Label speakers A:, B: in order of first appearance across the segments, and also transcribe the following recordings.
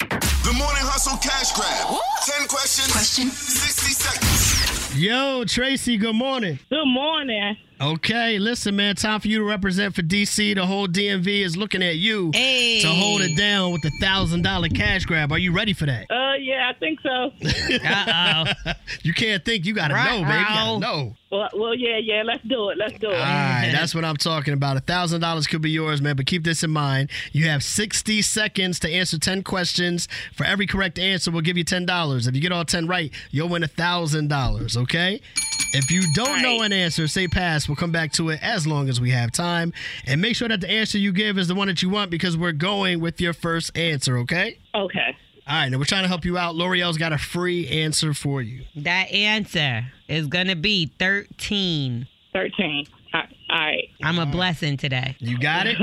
A: The Morning Hustle Cash Grab. 10 questions. Question. 60 seconds.
B: Yo, Tracy, good morning.
C: Good morning.
B: Okay, listen, man, time for you to represent for DC. The whole DMV is looking at you
D: Hey.
B: to hold it down with the $1,000 cash grab. Are you ready for that?
C: Uh, yeah, I think so.
D: Uh oh.
B: You can't think. You got to know, baby. You got to
D: Right.
B: know.
C: well, well, yeah, yeah. Let's do it. Let's do it.
B: All right, that's what I'm talking about. $1,000 could be yours, man, but keep this in mind. You have 60 seconds to answer 10 questions. For every correct answer, we'll give you $10. If you get all 10 right, you'll win $1,000, okay? If you don't know
C: Right.
B: an answer, say pass. We'll come back to it as long as we have time. And make sure that the answer you give is the one that you want because we're going with your first answer, okay?
C: okay.
B: All right, now we're trying to help you out. L'Oreal's got a free answer for you.
D: that answer is going to be 13.
C: 13. All right. All right.
D: I'm a blessing today.
B: You got it?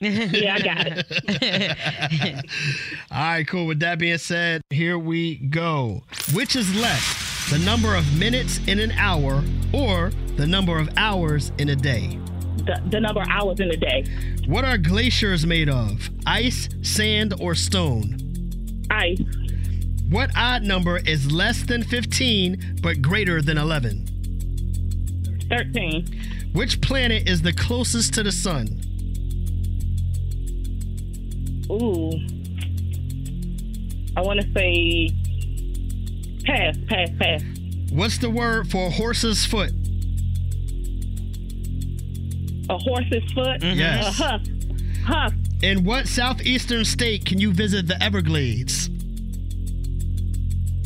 C: Yeah, I got it.
B: All right, cool. With that being said, here we go. Which is less, the number of minutes in an hour or the number of hours in a day?
C: The, the number of hours in a day.
B: What are glaciers made of? Ice, sand, or stone?
C: Ice.
B: What odd number is less than 15 but greater than 11?
C: 13.
B: Which planet is the closest to the sun?
C: Ooh. I want to say pass, pass, pass.
B: What's the word for horse's foot?
C: A horse's foot.
D: Mm-hmm.
B: Yes.
C: A huff. Huff.
B: In what southeastern state can you visit the Everglades?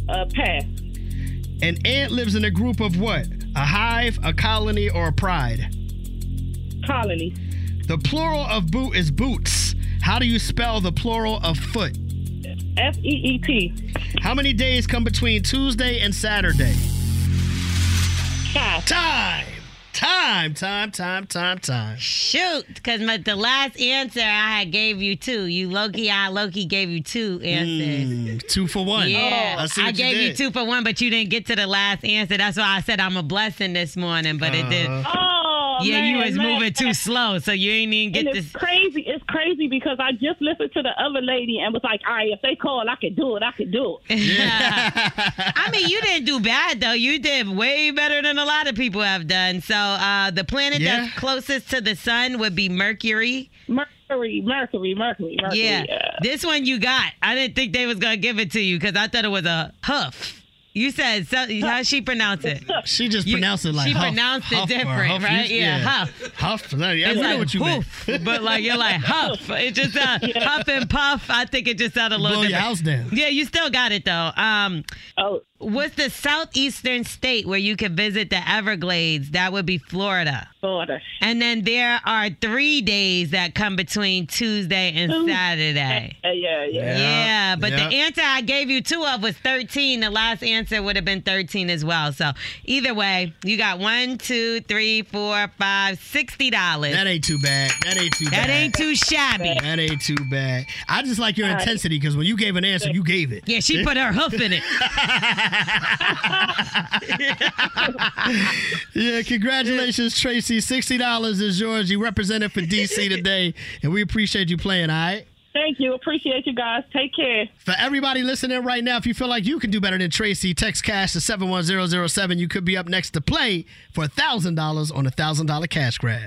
C: A pass.
B: An ant lives in a group of what? A hive, a colony, or a pride?
C: Colony.
B: The plural of boot is boots. How do you spell the plural of foot?
C: F E E T.
B: How many days come between Tuesday and Saturday?
C: Five.
B: Time! Time, time, time, time, time.
D: Shoot, because the last answer I had gave you two. You Loki, I Loki gave you two answers.
B: Mm, two for one.
D: Yeah,
B: I, see what
D: gave you,
B: did.
D: two for one, but you didn't get to the last answer. That's why I said I'm a blessing this morning, but it did.
B: Uh-huh.
C: Oh,
D: yeah, you
C: man,
D: was
C: man.
D: moving too slow, so you ain't even get
C: and
D: this.
C: it's crazy. It's crazy because I just listened to the other lady and was like, all right, if they call, I can do it. I can do
D: Eh.
C: it.
D: I mean, you didn't do bad though. You did way better than a lot of people have done. So uh, the planet
B: Yeah.
D: that's closest to the sun would be Mercury.
C: Mercury, Mercury, Mercury, Mercury.
D: Yeah. This one you got. I didn't think they was gonna give it to you because I thought it was a huff. You said so, how she pronounce it.
B: She just
D: You-
B: pronounced it like
D: she
B: huff,
D: pronounced it
B: huff or
D: different,
B: huff. You-
D: right? Yeah, huff.
B: Huff. No, yeah, I
D: It's
B: know
D: like
B: what you meant.
D: hoof, but like you're like huff. It just uh, huff and puff. I think it just sounded a little
B: Blow your
D: different.
B: house down.
D: Yeah, you still got it though. Um,
C: Oh,
D: what's the southeastern state where you could visit the Everglades? That would be Florida.
C: Florida.
D: And then there are three days that come between Tuesday and Saturday.
C: Yeah, yeah, yeah.
D: Yeah, but
B: yeah.
D: the answer I gave you two of was 13. The last answer would have been 13 as well. So either way, you got one, two, three, four, five, sixty dollars.
B: That ain't too bad. That ain't too bad.
D: That ain't too shabby.
B: That ain't too bad. I just like your intensity because when you gave an answer, you gave it.
D: Yeah, she put her hoof in it.
B: Yeah, congratulations, Tracy. $60 is yours. You represented for DC today, and we appreciate you playing, all right?
C: Thank you. Appreciate you guys. Take care.
B: For everybody listening right now, if you feel like you can do better than Tracy, text cash to 71007. You could be up next to play for $1,000 on a $1,000 cash grab.